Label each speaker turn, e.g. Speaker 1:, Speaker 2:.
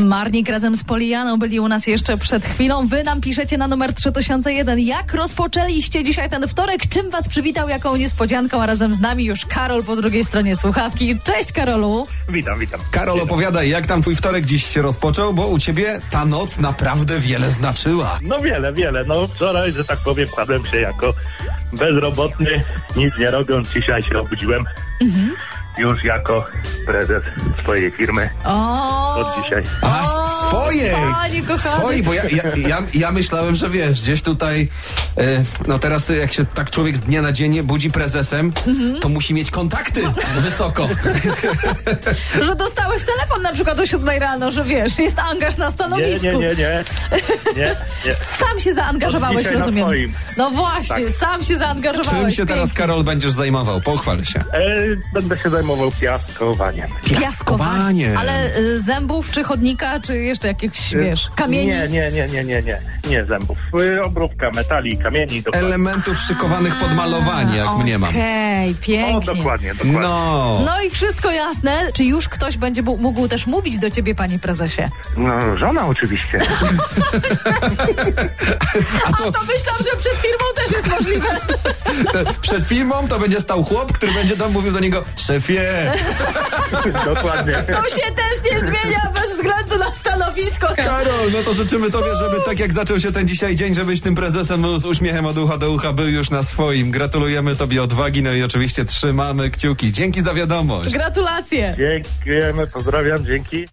Speaker 1: Marnik razem z Polianą byli u nas jeszcze przed chwilą. Wy nam piszecie na numer 3001. Jak rozpoczęliście dzisiaj ten wtorek? Czym was przywitał? Jaką niespodzianką? A razem z nami już Karol po drugiej stronie słuchawki. Cześć Karolu!
Speaker 2: Witam, witam.
Speaker 3: Karol, opowiadaj, jak tam twój wtorek dziś się rozpoczął, bo u ciebie ta noc naprawdę wiele znaczyła.
Speaker 2: No wiele, wiele. No wczoraj, że tak powiem, padłem się jako bezrobotny, nic nie robiąc. Dzisiaj się obudziłem
Speaker 1: Mhm.
Speaker 2: już jako prezes swojej firmy
Speaker 1: O!
Speaker 2: od dzisiaj.
Speaker 3: A
Speaker 1: O,
Speaker 3: s- swojej!
Speaker 1: panie kochany.
Speaker 3: Swojej, bo ja, ja, ja, ja myślałem, że wiesz, gdzieś tutaj, e, no teraz to jak się tak człowiek z dnia na dzień budzi prezesem,
Speaker 1: Mhm.
Speaker 3: to musi mieć kontakty wysoko.
Speaker 1: Że dostałeś telefon na przykład o 7 rano, że wiesz, jest angaż na
Speaker 2: Nie,
Speaker 1: stanowisku.
Speaker 2: nie, nie, nie. Nie, nie.
Speaker 1: Sam się
Speaker 2: Od
Speaker 1: zaangażowałeś,
Speaker 2: dzisiaj na
Speaker 1: rozumiem.
Speaker 2: twoim.
Speaker 1: No właśnie,
Speaker 2: Tak.
Speaker 1: sam się zaangażowałeś.
Speaker 3: Czym się teraz,
Speaker 1: Pięknie.
Speaker 3: Karol, będziesz zajmował? Pochwal się.
Speaker 2: E, będę się zajmował piaskowaniem.
Speaker 3: Piaskowanie.
Speaker 1: Ale y, zębów, czy chodnika, czy jeszcze jakichś, wiesz, kamieni?
Speaker 2: Y, Nie, nie, nie, nie, nie, nie. Nie zębów. E, Obróbka metali, kamieni, dokładnie.
Speaker 3: Elementów szykowanych pod malowanie, jak mnie mam.
Speaker 1: Okej, pięknie.
Speaker 2: O, dokładnie, dokładnie.
Speaker 3: No.
Speaker 1: No i wszystko jasne. Czy już ktoś będzie bu- mógł też mówić do ciebie, panie prezesie?
Speaker 2: No, żona oczywiście.
Speaker 1: A to, myślałam, że przed firmą też jest możliwe.
Speaker 3: Przed filmą to będzie stał chłop, który będzie tam mówił do niego szefie,
Speaker 2: Dokładnie.
Speaker 1: To się też nie zmienia bez względu na stanowisko.
Speaker 3: Karol, no to życzymy tobie, żeby tak jak zaczął się ten dzisiaj dzień, żebyś tym prezesem z uśmiechem od ucha do ucha był już na swoim. Gratulujemy tobie odwagi, no i oczywiście trzymamy kciuki. Dzięki za wiadomość.
Speaker 1: Gratulacje.
Speaker 2: Dziękujemy, pozdrawiam, dzięki.